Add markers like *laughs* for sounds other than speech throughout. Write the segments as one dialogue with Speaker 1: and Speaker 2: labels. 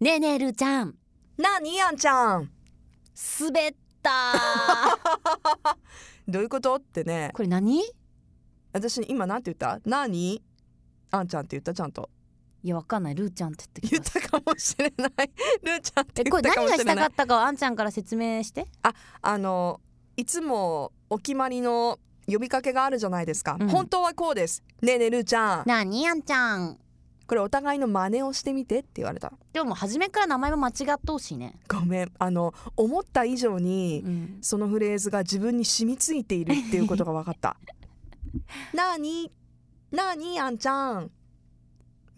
Speaker 1: ねえねえるーちゃん
Speaker 2: なあにあんちゃん
Speaker 1: 滑った
Speaker 2: どういうことってね
Speaker 1: *laughs* これ何い
Speaker 2: 私今なんて言ったなにあんちゃんって言ったちゃんと
Speaker 1: やわかんないるーちゃんって言って
Speaker 2: 言
Speaker 1: き
Speaker 2: ったたかもしれないルーちゃんって
Speaker 1: え
Speaker 2: 言
Speaker 1: こ
Speaker 2: っ
Speaker 1: れ
Speaker 2: たか
Speaker 1: 何
Speaker 2: も
Speaker 1: が
Speaker 2: しれ
Speaker 1: した
Speaker 2: な
Speaker 1: か
Speaker 2: い
Speaker 1: ったかをあんちゃんから説明して
Speaker 2: あのいつもお決まりの呼びかけがあるじゃないですか、
Speaker 1: うん
Speaker 2: 本当はこうですねえねえルーちゃん
Speaker 1: なあにあんちゃん
Speaker 2: これお互いの真似をしてみてって言われた
Speaker 1: でももう初めから名前も間違ってほしいね、
Speaker 2: ごめんあの思った以上に、
Speaker 1: うん、
Speaker 2: そのフレーズが自分に染みついているっていうことが分か *laughs* った。なあに、なあにあんちゃん。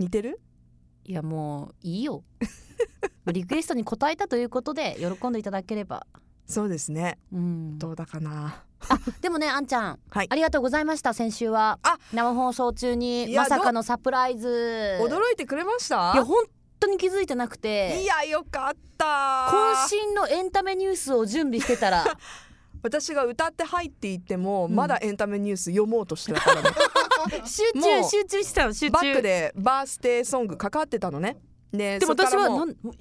Speaker 2: 似てる？
Speaker 1: いやもういいよリクエストに応えたということで喜んでいただければ
Speaker 2: そうですね。
Speaker 1: うん
Speaker 2: どうだかな。
Speaker 1: でもねあんちゃん、
Speaker 2: はい
Speaker 1: ありがとうございました先週は
Speaker 2: あ
Speaker 1: 生放送中に
Speaker 2: いや
Speaker 1: まさかのサプライズ
Speaker 2: 驚いてくれました
Speaker 1: いや？本当に気づいてなく
Speaker 2: い
Speaker 1: て
Speaker 2: やよかった。
Speaker 1: 渾身のエンタメニュースを準備してたら
Speaker 2: 私が歌って入っていっても、
Speaker 1: うん
Speaker 2: まだエンタメニュース読もうとしてた *laughs* からね。
Speaker 1: 集
Speaker 2: も
Speaker 1: 中
Speaker 2: う
Speaker 1: 集中してたの集
Speaker 2: バック
Speaker 1: 中で
Speaker 2: でバースデーソングかかってたのね。で
Speaker 1: も
Speaker 2: そっ
Speaker 1: 私
Speaker 2: から
Speaker 1: は
Speaker 2: も
Speaker 1: な
Speaker 2: う
Speaker 1: んちょ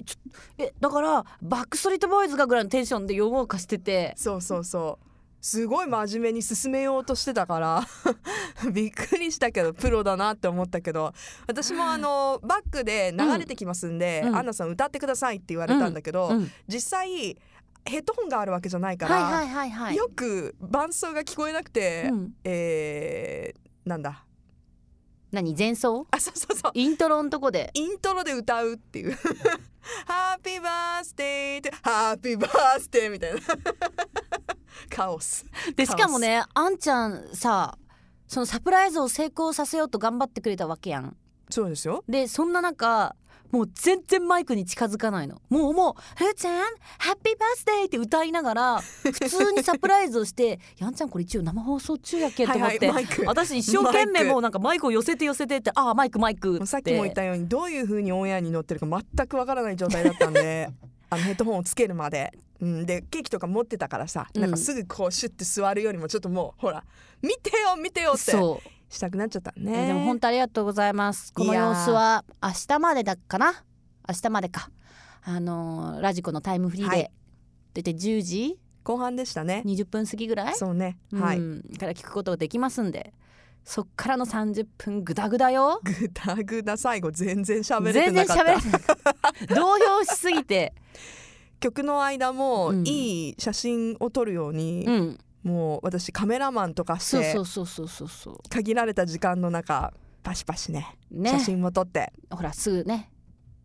Speaker 1: えだからバックストリートボーイズがぐらいのテンションで読もうかしてて
Speaker 2: そうそうそう。すごい真面目に進めようとしてたから *laughs* びっくりしたけどプロだなって思ったけど私もあのバックで流れてきますんで、
Speaker 1: うん
Speaker 2: アンナさん歌ってくださいって言われたんだけど、
Speaker 1: うん
Speaker 2: 実際ヘッドホンがあるわけじゃないから、
Speaker 1: はいはいはいはい
Speaker 2: よく伴奏が聞こえなくて、
Speaker 1: うん
Speaker 2: えー、なんだ
Speaker 1: 何前奏
Speaker 2: あそうそうそう
Speaker 1: イントロのとこで
Speaker 2: イントロで歌うっていう *laughs* 「ハッピーバースデー」って「ハッピーバースデー」みたいな *laughs* カオス。
Speaker 1: で
Speaker 2: カ
Speaker 1: し
Speaker 2: オス
Speaker 1: かもねあんちゃんさそのサプライズを成功させようと頑張ってくれたわけやん
Speaker 2: そうですよ
Speaker 1: でそんな中もう全然マイクに近づかないのもうもう「ルーちゃんハッピーバースデー」って歌いながら普通にサプライズをして「やんちゃんこれ一応生放送中やけ」と思って、
Speaker 2: はいはい、マイク
Speaker 1: 私一生懸命
Speaker 2: マイク
Speaker 1: もうなんかマイクを寄せて寄せてって「ああマイクマイク」っ
Speaker 2: も
Speaker 1: て
Speaker 2: うさっきも言ったようにどういう風にオンエアに乗ってるか全くわからない状態だった
Speaker 1: *laughs*
Speaker 2: んであのヘッドホンをつけるまで、うん、でケーキとか持ってたからさ、
Speaker 1: うん
Speaker 2: なんかすぐこうシュッて座るよりもちょっともうほら見てよ見てよって
Speaker 1: そう、
Speaker 2: したくなっちゃった
Speaker 1: え
Speaker 2: ね。
Speaker 1: でも本当ありがとうございますこの
Speaker 2: いや
Speaker 1: 様
Speaker 2: ー
Speaker 1: 子は明日までだっかな明日までかあのーラジコのタイムフリーで、
Speaker 2: はい
Speaker 1: 出て10時
Speaker 2: 後半でしたね。
Speaker 1: 20分過ぎぐらい
Speaker 2: そうね、
Speaker 1: うん
Speaker 2: はい。
Speaker 1: から聞くことができますんでそっからの30分グダグダよ
Speaker 2: ぐだぐだ最後全然喋れて
Speaker 1: 全然
Speaker 2: なかっ
Speaker 1: 喋れ
Speaker 2: た
Speaker 1: ない
Speaker 2: *laughs*
Speaker 1: 動揺しすぎて、
Speaker 2: 曲の間も
Speaker 1: うん
Speaker 2: いい写真を撮るように
Speaker 1: う、ん、
Speaker 2: もう私カメラマンとかし
Speaker 1: そう
Speaker 2: て
Speaker 1: そうそうそうそうそ
Speaker 2: 限られた時間の中パシパシね
Speaker 1: うね
Speaker 2: 写真も撮って
Speaker 1: ほらすぐね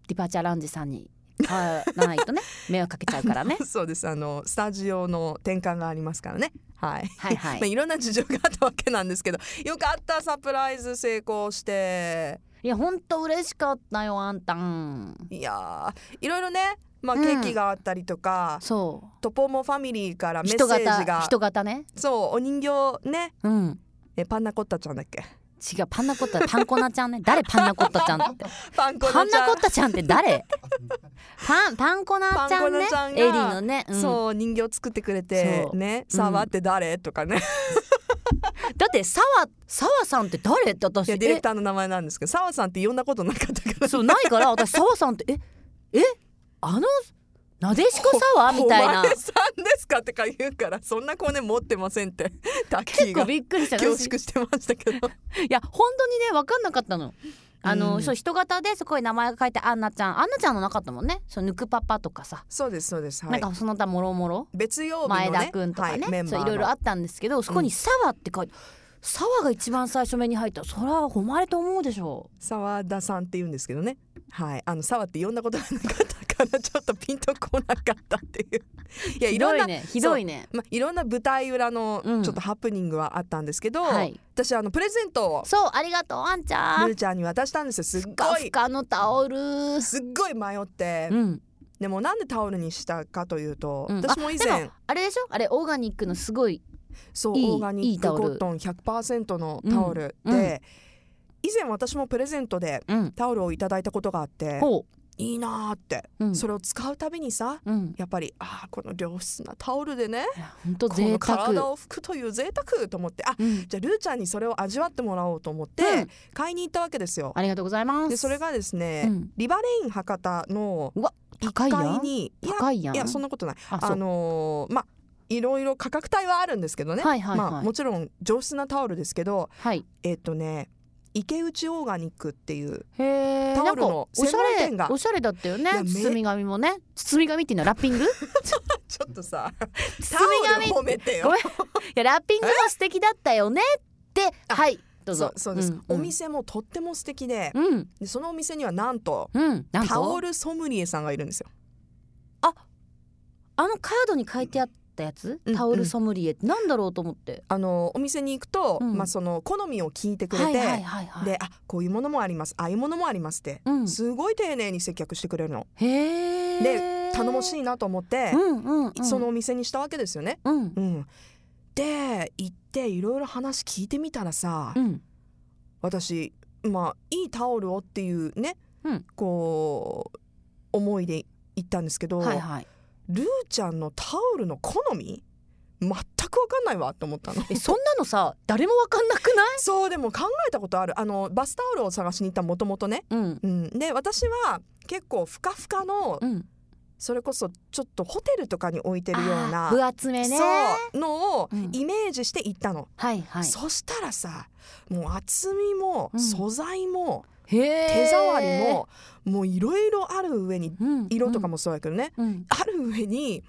Speaker 1: ディパーチャーラウンジさんに会わないとね迷惑かけちゃうから *laughs*
Speaker 2: *laughs*
Speaker 1: ね
Speaker 2: そうですあのスタジオの転換がありますからねはい、
Speaker 1: はいは
Speaker 2: *laughs* まあ、
Speaker 1: い
Speaker 2: いろんな事情があったわけなんですけど *laughs* よかったサプライズ成功して
Speaker 1: いやほんと嬉しかったよあんたん
Speaker 2: いやーいろいろねまあ、
Speaker 1: うん
Speaker 2: ケーキがあったりとか、
Speaker 1: そ
Speaker 2: トポモファミリーから
Speaker 1: う
Speaker 2: メッセ
Speaker 1: 人
Speaker 2: ージ
Speaker 1: 型
Speaker 2: が
Speaker 1: 人型ね
Speaker 2: そうお人形ね
Speaker 1: うん
Speaker 2: えパンナコッタちゃんだっけ
Speaker 1: 違うパンナコッタパンコナちゃ
Speaker 2: *laughs*
Speaker 1: んね誰パンナコッタちゃんって
Speaker 2: パンコ
Speaker 1: *laughs* パ
Speaker 2: ナ
Speaker 1: ン
Speaker 2: ちゃ
Speaker 1: ナ
Speaker 2: ん
Speaker 1: コッタちゃんって誰パンパンコナちゃんね
Speaker 2: パンコナちゃんが
Speaker 1: エリーのね、うん
Speaker 2: そう人形作ってくれて
Speaker 1: そうう
Speaker 2: ね
Speaker 1: ん
Speaker 2: 触って誰、とかね
Speaker 1: だって澤澤さんって誰って
Speaker 2: い
Speaker 1: 私
Speaker 2: やディレク
Speaker 1: え
Speaker 2: ターの名前なんですけど澤さんって呼んだことなかったから
Speaker 1: そうないから私澤さんってええあのなでしこ澤みたいな
Speaker 2: お前さんですかってか言う *laughs* からそんなコネ持ってませ
Speaker 1: *laughs*
Speaker 2: んってタッキ
Speaker 1: 結
Speaker 2: ーが
Speaker 1: 構びっくりした
Speaker 2: 恐
Speaker 1: 私
Speaker 2: 縮してましたけど
Speaker 1: いや本当にね分かんなかったの。あの、
Speaker 2: うん
Speaker 1: そう人型でそこに名前が書いてアンナちゃんアンナちゃんのなかったもんねそのぬくパパとかさ、
Speaker 2: *laughs* そうですそうです、は
Speaker 1: なん
Speaker 2: い、
Speaker 1: かその他もろもろ
Speaker 2: 別曜日の、ね、
Speaker 1: 前田くんとかね、
Speaker 2: はい、メン
Speaker 1: そ
Speaker 2: バー
Speaker 1: う
Speaker 2: の
Speaker 1: いろいろあったんですけどそこに「沢」って書いて「沢」が一番最初目に入ったそれは誉れと思うでしょ
Speaker 2: 澤田さんって言うんですけどねはいあの澤って呼んだことがなかったからちょっとピンとこなかったって
Speaker 1: *laughs*
Speaker 2: いういや
Speaker 1: う
Speaker 2: い
Speaker 1: ひ
Speaker 2: ろ
Speaker 1: ど
Speaker 2: ん
Speaker 1: い
Speaker 2: な
Speaker 1: ねひどいね
Speaker 2: まあ、いろんな舞台裏の
Speaker 1: うん
Speaker 2: ちょっとハプニングはあったんですけど、
Speaker 1: はい
Speaker 2: 私あのプレゼントを
Speaker 1: そうありがとうあんちゃん
Speaker 2: ルーちゃんに渡したんですよすっ
Speaker 1: ふか
Speaker 2: ご
Speaker 1: ふ
Speaker 2: い
Speaker 1: かのタオル
Speaker 2: すっごい迷って、
Speaker 1: うん
Speaker 2: でもなんでタオルにしたかというと、
Speaker 1: うん
Speaker 2: 私も以
Speaker 1: あで
Speaker 2: 前
Speaker 1: もあれでしょあれオーガニックのすごい
Speaker 2: そう
Speaker 1: いい
Speaker 2: オーガニ
Speaker 1: いい
Speaker 2: ック
Speaker 1: タオル
Speaker 2: コットン100%のタオルで、
Speaker 1: うんうん
Speaker 2: 以前私もプレゼントで
Speaker 1: うん
Speaker 2: タオルをいただいたことがあって
Speaker 1: ほう
Speaker 2: いいなーって、
Speaker 1: うん
Speaker 2: それを使うたびにさ
Speaker 1: うん
Speaker 2: やっぱりああこの良質なタオルでね
Speaker 1: いや本当
Speaker 2: この
Speaker 1: 贅
Speaker 2: 体
Speaker 1: 沢
Speaker 2: を拭くという贅沢と思ってあ
Speaker 1: うん
Speaker 2: じゃあルーちゃんにそれを味わってもらおうと思って、
Speaker 1: うん
Speaker 2: 買いに行ったわけですよ。
Speaker 1: ありがとうございます
Speaker 2: でそれがですね、
Speaker 1: うん
Speaker 2: リバレイン博多の
Speaker 1: うわ高い
Speaker 2: 1
Speaker 1: や
Speaker 2: 階
Speaker 1: ん
Speaker 2: にいや
Speaker 1: 高いやん
Speaker 2: いやそんなことない
Speaker 1: あそ
Speaker 2: あ
Speaker 1: う
Speaker 2: のーまあいろいろ価格帯はあるんですけどね、
Speaker 1: はいはいはい
Speaker 2: まあ、もちろん上質なタオルですけど
Speaker 1: はい
Speaker 2: えっ、とね池内オーガニックっていう *laughs*
Speaker 1: へえ
Speaker 2: タオ
Speaker 1: なん
Speaker 2: ル
Speaker 1: か
Speaker 2: の
Speaker 1: おし
Speaker 2: 専門
Speaker 1: ゃ
Speaker 2: 店
Speaker 1: れ
Speaker 2: が
Speaker 1: おしゃれだったよね
Speaker 2: いやめ
Speaker 1: 包み紙もね包み紙っていうのはラッピングい
Speaker 2: ちょっ
Speaker 1: *laughs*
Speaker 2: とさ *laughs* タ
Speaker 1: 包
Speaker 2: オ
Speaker 1: み
Speaker 2: ル
Speaker 1: 紙
Speaker 2: 褒めて
Speaker 1: ご
Speaker 2: よ
Speaker 1: めんやラッピングも素敵だったよねって
Speaker 2: あ
Speaker 1: はいどう
Speaker 2: そ
Speaker 1: ぞ
Speaker 2: うそうです、
Speaker 1: ん
Speaker 2: お店もとっても素敵で
Speaker 1: うん
Speaker 2: でそのお店にはなんと
Speaker 1: うんなんか
Speaker 2: タオルソムリエさんがいるんですよ
Speaker 1: あのカードに書いてあったやつ
Speaker 2: うん
Speaker 1: タオルソムリエってなんだろうと思って
Speaker 2: あのお店に行くと、
Speaker 1: うん
Speaker 2: まあ、その好みを聞いてくれて、
Speaker 1: はいはいはいはい
Speaker 2: であこういうものもありますああいうものもありますって、
Speaker 1: うん
Speaker 2: すごい丁寧に接客してくれるの
Speaker 1: へえ
Speaker 2: 頼もしいなと思って
Speaker 1: う、んうんうん
Speaker 2: そのお店にしたわけですよね。
Speaker 1: うん
Speaker 2: うん、で行っていろいろ話聞いてみたらさ、
Speaker 1: うん
Speaker 2: 私まあいいタオルをっていうね、
Speaker 1: うん
Speaker 2: こう思いで行ったんですけど、
Speaker 1: はいはい
Speaker 2: ルーちゃんのタオルの好み全く分かんないわって思
Speaker 1: *laughs*
Speaker 2: ったの
Speaker 1: えそんなのさ誰もわかんなくない
Speaker 2: そうでも考えたことあるあのバスタオルを探しに行ったもともとね、
Speaker 1: うん
Speaker 2: うん、で私は結構ふかふかの
Speaker 1: うん
Speaker 2: それこそちょっとホテルとかに置いてるよう
Speaker 1: あー
Speaker 2: な
Speaker 1: 分厚めね
Speaker 2: そうのを
Speaker 1: うん
Speaker 2: イメージして行ったの、
Speaker 1: はいはい
Speaker 2: そしたらさもう厚みも
Speaker 1: うん
Speaker 2: 素材も
Speaker 1: へえ
Speaker 2: 手触りも、もういろいろある上に
Speaker 1: うん
Speaker 2: 色とかもそうやけどね、
Speaker 1: うん
Speaker 2: ある上に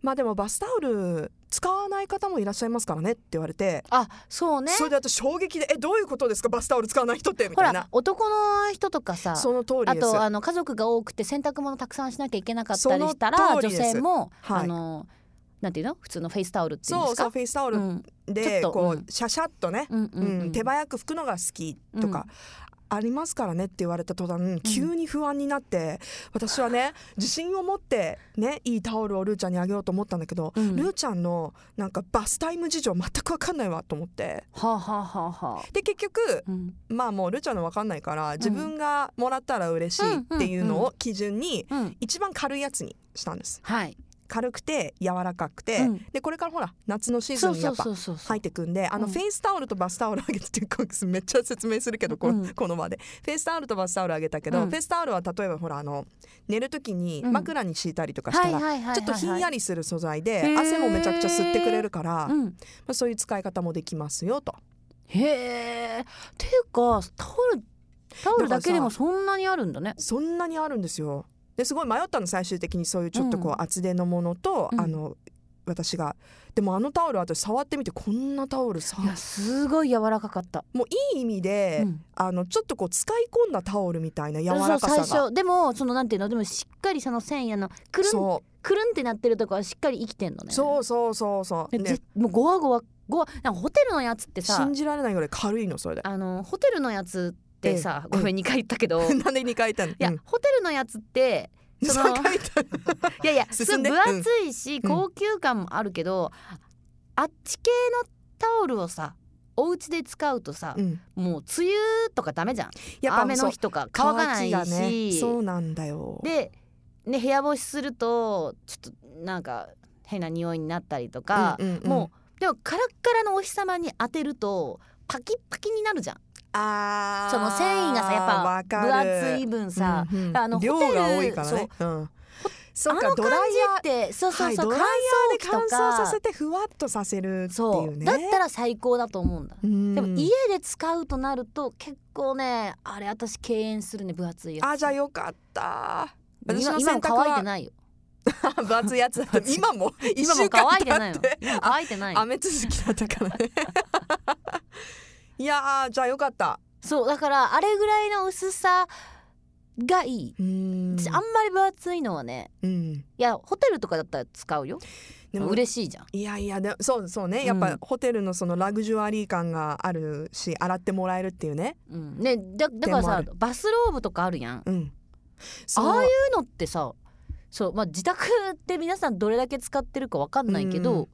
Speaker 2: まあでもバスタオル使わない方もいらっしゃいますからねって言われて、
Speaker 1: あそうね
Speaker 2: それで私衝撃でえどういうことですかバスタオル使わない人ってみ
Speaker 1: ほ
Speaker 2: たいな
Speaker 1: ら男の人とかさ
Speaker 2: その通り
Speaker 1: あ
Speaker 2: です
Speaker 1: とあの家族が多くて洗濯物たくさんしなきゃいけなかったりした
Speaker 2: そ
Speaker 1: ら
Speaker 2: の通
Speaker 1: 女
Speaker 2: りです
Speaker 1: 性も、
Speaker 2: はい
Speaker 1: あのなんていうの普通のフェイスタオルっていうんです
Speaker 2: そうそう
Speaker 1: か
Speaker 2: フェイスタオ
Speaker 1: う
Speaker 2: ル
Speaker 1: ん
Speaker 2: で
Speaker 1: ちょっと
Speaker 2: こ
Speaker 1: うん
Speaker 2: うシャシャっとね、
Speaker 1: うんう
Speaker 2: うん
Speaker 1: んうん
Speaker 2: 手早く拭くのが好きとか、ありますからねって言われた途端急に不安になって、私はね自信を持ってねいいタオルをルーちゃんにあげようと思ったんだけど、
Speaker 1: うん
Speaker 2: ルーちゃんのなんかバスタイム事情全く分かんないわと思って
Speaker 1: はあ、はあはあはあ
Speaker 2: で結局
Speaker 1: うん
Speaker 2: まあもうルーちゃんの分かんないから自分がもらったら嬉しいっていうのを基準に
Speaker 1: うん
Speaker 2: 一番軽いやつにしたんです
Speaker 1: はい
Speaker 2: 軽くて柔らかくて、
Speaker 1: うん
Speaker 2: でこれからほら夏のシーズ
Speaker 1: そ
Speaker 2: ン
Speaker 1: う
Speaker 2: に
Speaker 1: そ
Speaker 2: やっ
Speaker 1: う
Speaker 2: ぱ
Speaker 1: そうそうそう
Speaker 2: 入ってくんであの
Speaker 1: うん
Speaker 2: フェイスタオルとバスタオルあげてってこれめっちゃ説明するけどこ,、
Speaker 1: うん
Speaker 2: この場でフェイスタオルとバスタオルあげたけど、
Speaker 1: うん
Speaker 2: フェイスタオルは例えばほらあの寝る時に
Speaker 1: うん
Speaker 2: 枕に敷いたりとかした
Speaker 1: は
Speaker 2: ら、
Speaker 1: いはいはい
Speaker 2: ちょっとひんや
Speaker 1: り
Speaker 2: りする素材で、
Speaker 1: へー
Speaker 2: 汗もめちゃくちゃ吸ってくれるから、ま
Speaker 1: うん
Speaker 2: あ、そういう使い方もできますよと。
Speaker 1: へえていうかタオルタオルだけでもそんなにあるんだね
Speaker 2: そんなにあるんですよですごい迷ったの最終的にそういうちょっとこ
Speaker 1: う
Speaker 2: う厚手のものと、
Speaker 1: うん
Speaker 2: あの私がでもあのタオル私触ってみてこんなタオルさ
Speaker 1: いやすごい柔らかかった、
Speaker 2: もういい意味で、
Speaker 1: うん
Speaker 2: あのちょっとこう使い込んだタオルみたいな柔らか
Speaker 1: そう
Speaker 2: さ
Speaker 1: 最
Speaker 2: が
Speaker 1: 初でもそのなんていうのでもしっかりその繊維あのくるん
Speaker 2: そ
Speaker 1: くるんってなってるとこはしっかり生きてんの
Speaker 2: う
Speaker 1: ね
Speaker 2: そうそうそうそう、
Speaker 1: で
Speaker 2: ね
Speaker 1: ぜ、もうゴワゴワゴワなんかホテルのやつってさ
Speaker 2: 信じられないぐらい軽いのそれで
Speaker 1: あのホテルのやつってさ、
Speaker 2: ええ
Speaker 1: ごめん2回言ったけど、
Speaker 2: *laughs*
Speaker 1: い
Speaker 2: なんで2回言ったの
Speaker 1: や、
Speaker 2: うん
Speaker 1: ホテルのやつってそ
Speaker 2: *laughs*
Speaker 1: の
Speaker 2: 3回言ったの
Speaker 1: いやいやす
Speaker 2: *laughs* 進ん
Speaker 1: ご
Speaker 2: で
Speaker 1: い分厚いし、
Speaker 2: ん
Speaker 1: 高級感もあるけど、あっち系のタオルをさお家で使うとさ、
Speaker 2: うん
Speaker 1: *laughs* もう梅雨とかダメじゃん
Speaker 2: やっぱ
Speaker 1: 雨の日とか乾かないし、
Speaker 2: 乾きがねそうなんだよ
Speaker 1: で、ね、部屋干しするとちょっとなんか変な匂いになったりとか、
Speaker 2: うんうんうん
Speaker 1: もうでもカラッカラのお日様に当てるとパキッパキになるじゃん
Speaker 2: あー
Speaker 1: その繊維がさや
Speaker 2: わ
Speaker 1: っぱ
Speaker 2: かる
Speaker 1: 分厚い分さ、
Speaker 2: うんうん
Speaker 1: あの
Speaker 2: 量
Speaker 1: ホテル
Speaker 2: が多いからねうんそう
Speaker 1: あ
Speaker 2: か
Speaker 1: の
Speaker 2: ド
Speaker 1: 感じ
Speaker 2: ライヤー
Speaker 1: ってそうそうそう、
Speaker 2: はい、ドライヤーで乾
Speaker 1: 乾燥機と
Speaker 2: 燥
Speaker 1: か
Speaker 2: させてふわっとさせるってい
Speaker 1: そう
Speaker 2: うね
Speaker 1: だったら最高だと思うんだ、
Speaker 2: うん
Speaker 1: でも家で使うとなると結構ねあれ私敬遠するね分厚いやつ
Speaker 2: あじゃあよか
Speaker 1: *laughs*
Speaker 2: った私
Speaker 1: 今今
Speaker 2: の
Speaker 1: も
Speaker 2: 洗濯
Speaker 1: 乾いてな
Speaker 2: は
Speaker 1: いよ
Speaker 2: 分厚いやつだって今も一
Speaker 1: 今
Speaker 2: 週
Speaker 1: も
Speaker 2: 間
Speaker 1: 乾いて
Speaker 2: 経
Speaker 1: ない
Speaker 2: っ
Speaker 1: の
Speaker 2: て
Speaker 1: 今も乾いてないの
Speaker 2: 雨続きだったから
Speaker 1: *laughs*
Speaker 2: ねいやーじゃあよかった
Speaker 1: そうだからあれぐらいの薄さがいい、
Speaker 2: うん
Speaker 1: 私あんまり分厚いのはね
Speaker 2: うん
Speaker 1: いやホテルとかだったら使うよ
Speaker 2: でも
Speaker 1: 嬉しいじゃん
Speaker 2: いやいやでもそうそうねやっ
Speaker 1: う
Speaker 2: ぱ
Speaker 1: ん
Speaker 2: ホテルのそのラグジュアリー感があるし洗ってもらえるっていうね
Speaker 1: うん、ねだだから
Speaker 2: でもあ
Speaker 1: さ
Speaker 2: る
Speaker 1: バスローブとかあるやん
Speaker 2: うんそう
Speaker 1: ああいうのってさそうまあ自宅って皆さんどれだけ使ってるかわかんないけど、
Speaker 2: うん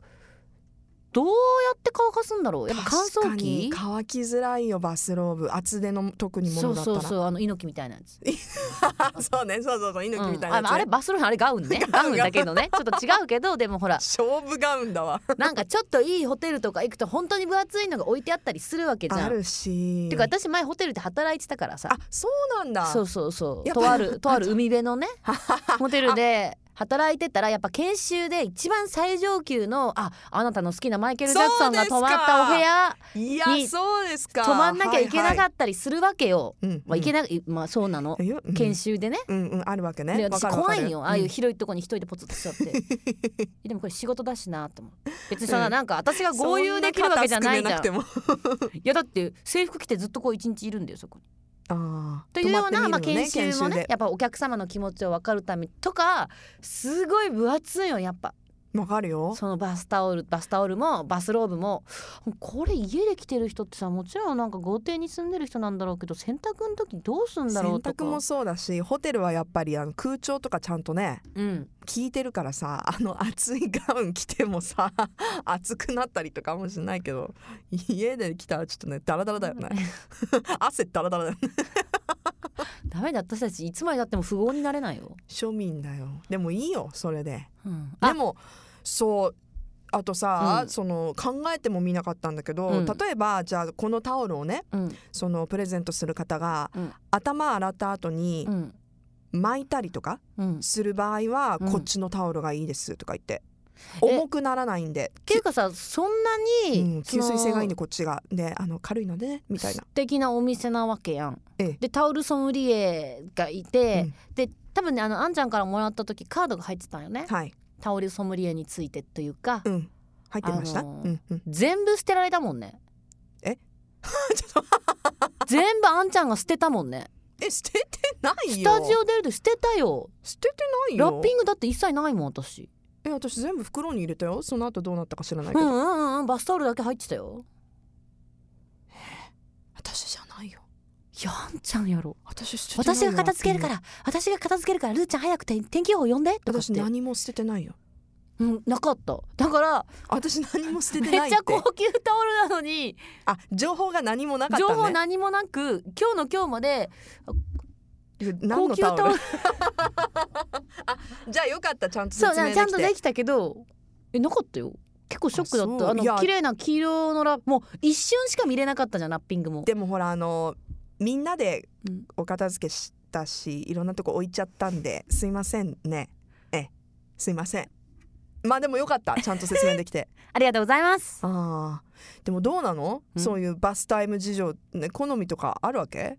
Speaker 1: どうやって乾かすんだろうやっぱ乾
Speaker 2: 確か
Speaker 1: 燥機
Speaker 2: に乾きづらいよバスローブ厚手の特にも
Speaker 1: そ
Speaker 2: の
Speaker 1: う
Speaker 2: だった
Speaker 1: そ
Speaker 2: ら
Speaker 1: うそうあの猪木みたいなやつ、
Speaker 2: *laughs* そうねそうそうそう
Speaker 1: うん
Speaker 2: 猪木みたいな
Speaker 1: あ
Speaker 2: やつ、ね
Speaker 1: まああれバスローブあれガウ
Speaker 2: *laughs*
Speaker 1: ンねガウンだけどねちょっと違うけどでもほら
Speaker 2: 勝負ガウンだわ
Speaker 1: なんかちょっといいホテルとか行くと本当に分厚いのが置いてあったりするわけじゃ
Speaker 2: あ
Speaker 1: ん。
Speaker 2: るして
Speaker 1: か私前ホテルで働いてたからさ
Speaker 2: あそうなんだ
Speaker 1: そうそうそう
Speaker 2: やっぱ
Speaker 1: とあるとある海辺のねホテルで働いてたらやっぱ研修で一番最上級のああなたの好きなマイケル・ジャクソンが泊まったお部屋
Speaker 2: いや
Speaker 1: に
Speaker 2: そうですか
Speaker 1: 泊まんなきゃいけなか
Speaker 2: っ
Speaker 1: ったりするわけよ。
Speaker 2: た、はいはいうん
Speaker 1: まあ、いけなまあそうなの
Speaker 2: うんいやうん
Speaker 1: 研修でね。
Speaker 2: うんうんあるわけね
Speaker 1: で
Speaker 2: わ
Speaker 1: 私
Speaker 2: かるわか
Speaker 1: 怖
Speaker 2: る
Speaker 1: いよああいう
Speaker 2: うん
Speaker 1: 広いとこに一人でポツッとしちゃってえでもこれ仕事だしなと思う別にそん
Speaker 2: う
Speaker 1: なんなんか私が合流できるわけじゃないじゃん
Speaker 2: そんな肩すくめなくても
Speaker 1: いやだって制服着てずっとこう一日いるんだよそこに。
Speaker 2: あー
Speaker 1: というような、
Speaker 2: 泊
Speaker 1: まあ、
Speaker 2: ってみるの
Speaker 1: 研修もね
Speaker 2: で
Speaker 1: やっぱお客様の気持ちを分かるためとかすごい分厚いよやっぱ
Speaker 2: わかるよ
Speaker 1: そのバスタオルバスタオルもバスローブもこれ家で着てる人ってさもちろんなんか豪邸に住んでる人なんだろうけど洗濯の時どうすんだ
Speaker 2: 洗
Speaker 1: ろうとか
Speaker 2: 濯もそうだしホテルはやっぱりあの空調とかちゃんとね
Speaker 1: うん、
Speaker 2: 効いてるからさ *laughs* あの暑いガウン着てもさ *laughs* 暑くなったりとかもしないけど家で来たらちょっとねダラダラだよね汗ダラダラだよね
Speaker 1: *laughs* ダメだ私たちいつまでだっても富豪になれないよ。
Speaker 2: 庶民だよでもいいよそれで
Speaker 1: うん、
Speaker 2: で
Speaker 1: あ
Speaker 2: もそうあとさ、
Speaker 1: うん
Speaker 2: その考えてもみなかったんだけど、
Speaker 1: うん
Speaker 2: 例えばじゃあこのタオルをね
Speaker 1: うん
Speaker 2: そのプレゼントする方が、
Speaker 1: うん
Speaker 2: 頭洗った後に
Speaker 1: うん
Speaker 2: 巻いたりとか
Speaker 1: うん、っ
Speaker 2: する場合は、
Speaker 1: うん
Speaker 2: こっちのタオルがいいですとか言って
Speaker 1: え
Speaker 2: 重くならないんで
Speaker 1: ていうかさそんなに、
Speaker 2: うん、吸水性がいいんで
Speaker 1: その
Speaker 2: こっちがであの軽いのでねみたいな
Speaker 1: 素敵なお店なわけやん。
Speaker 2: ええ
Speaker 1: でタオルソムリエがいて、で多分ねあのあんちゃんからもらった時カードが入ってたんよね
Speaker 2: はい
Speaker 1: タオルソムリエについてというか、
Speaker 2: うん入ってました、
Speaker 1: あのー
Speaker 2: うんうん
Speaker 1: 全部捨てられたもんね
Speaker 2: *laughs* ちょっと
Speaker 1: 全部あんちゃんが捨てたもんね
Speaker 2: え捨ててない
Speaker 1: ス
Speaker 2: よ
Speaker 1: タジオ出ると捨てたよ
Speaker 2: 捨ててないよ
Speaker 1: ラッピングだって一切ないもん私
Speaker 2: え私全部袋に入れたよその後どうなったか知らないけ
Speaker 1: う
Speaker 2: ど、
Speaker 1: んうんうんうんバスタオルだけ入ってたよ
Speaker 2: 私じゃないよ
Speaker 1: いやあんちゃんやろ
Speaker 2: 私捨ててないよ
Speaker 1: 私が片付けるからら私が片付けるからルーちゃん早くて天気予報読んでとかっ
Speaker 2: 私
Speaker 1: て、
Speaker 2: 何も捨ててないよ
Speaker 1: うん、なかっただから
Speaker 2: 私何も捨て
Speaker 1: め
Speaker 2: て
Speaker 1: っち
Speaker 2: ないって
Speaker 1: ゃ高級タオルなのに
Speaker 2: あ情報が何もなかったね
Speaker 1: 情報何もなく今日の今日まで
Speaker 2: 何
Speaker 1: 高
Speaker 2: の
Speaker 1: 級
Speaker 2: タ
Speaker 1: タ
Speaker 2: オ
Speaker 1: オ
Speaker 2: ル
Speaker 1: ル
Speaker 2: じゃあよかったちゃ *laughs* んと説
Speaker 1: そう
Speaker 2: 明できて
Speaker 1: ちゃんとできたけどえなかったよ結構ショックだっ
Speaker 2: あそう
Speaker 1: たあ
Speaker 2: いや
Speaker 1: の綺麗な黄色のラもう一瞬しか見れなかったじゃんラッピングも
Speaker 2: でもほらあのみんなで
Speaker 1: うん
Speaker 2: お片付けしたしいろんなとこ置いちゃったんですいませんねええすいませんまあでもよかったちゃんと説明できて
Speaker 1: *laughs* ありがとうございます
Speaker 2: あーでもどうなの
Speaker 1: うん
Speaker 2: そういうバスタイム事情、ね、好みとかあるわけ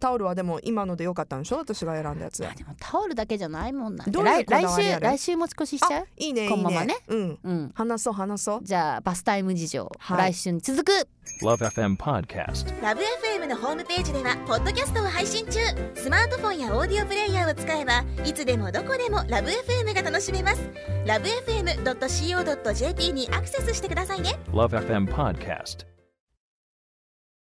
Speaker 2: タオルはでも今のでよかったんでしょ私が選んだやつ
Speaker 1: まあでもタオルだけじゃないもんな
Speaker 2: どうい
Speaker 1: 来
Speaker 2: うこだ
Speaker 1: 来
Speaker 2: わりあ
Speaker 1: 週
Speaker 2: る
Speaker 1: 来週持ち越ししちゃう
Speaker 2: いいねいいね
Speaker 1: このままね
Speaker 2: うん
Speaker 1: うん
Speaker 2: 話そう話そう
Speaker 1: じゃあバスタイム事情、
Speaker 2: はい
Speaker 1: 来週に続く
Speaker 3: Love FM Podcast.
Speaker 4: ラブ f m のホームページではポッドキャストを配信中スマートフォンやオーディオプレイヤーを使えばいつでもどこでもラブ f m が楽しめますラブ FM.co.jp にアクセスしてくださいね
Speaker 3: Love FM Podcast.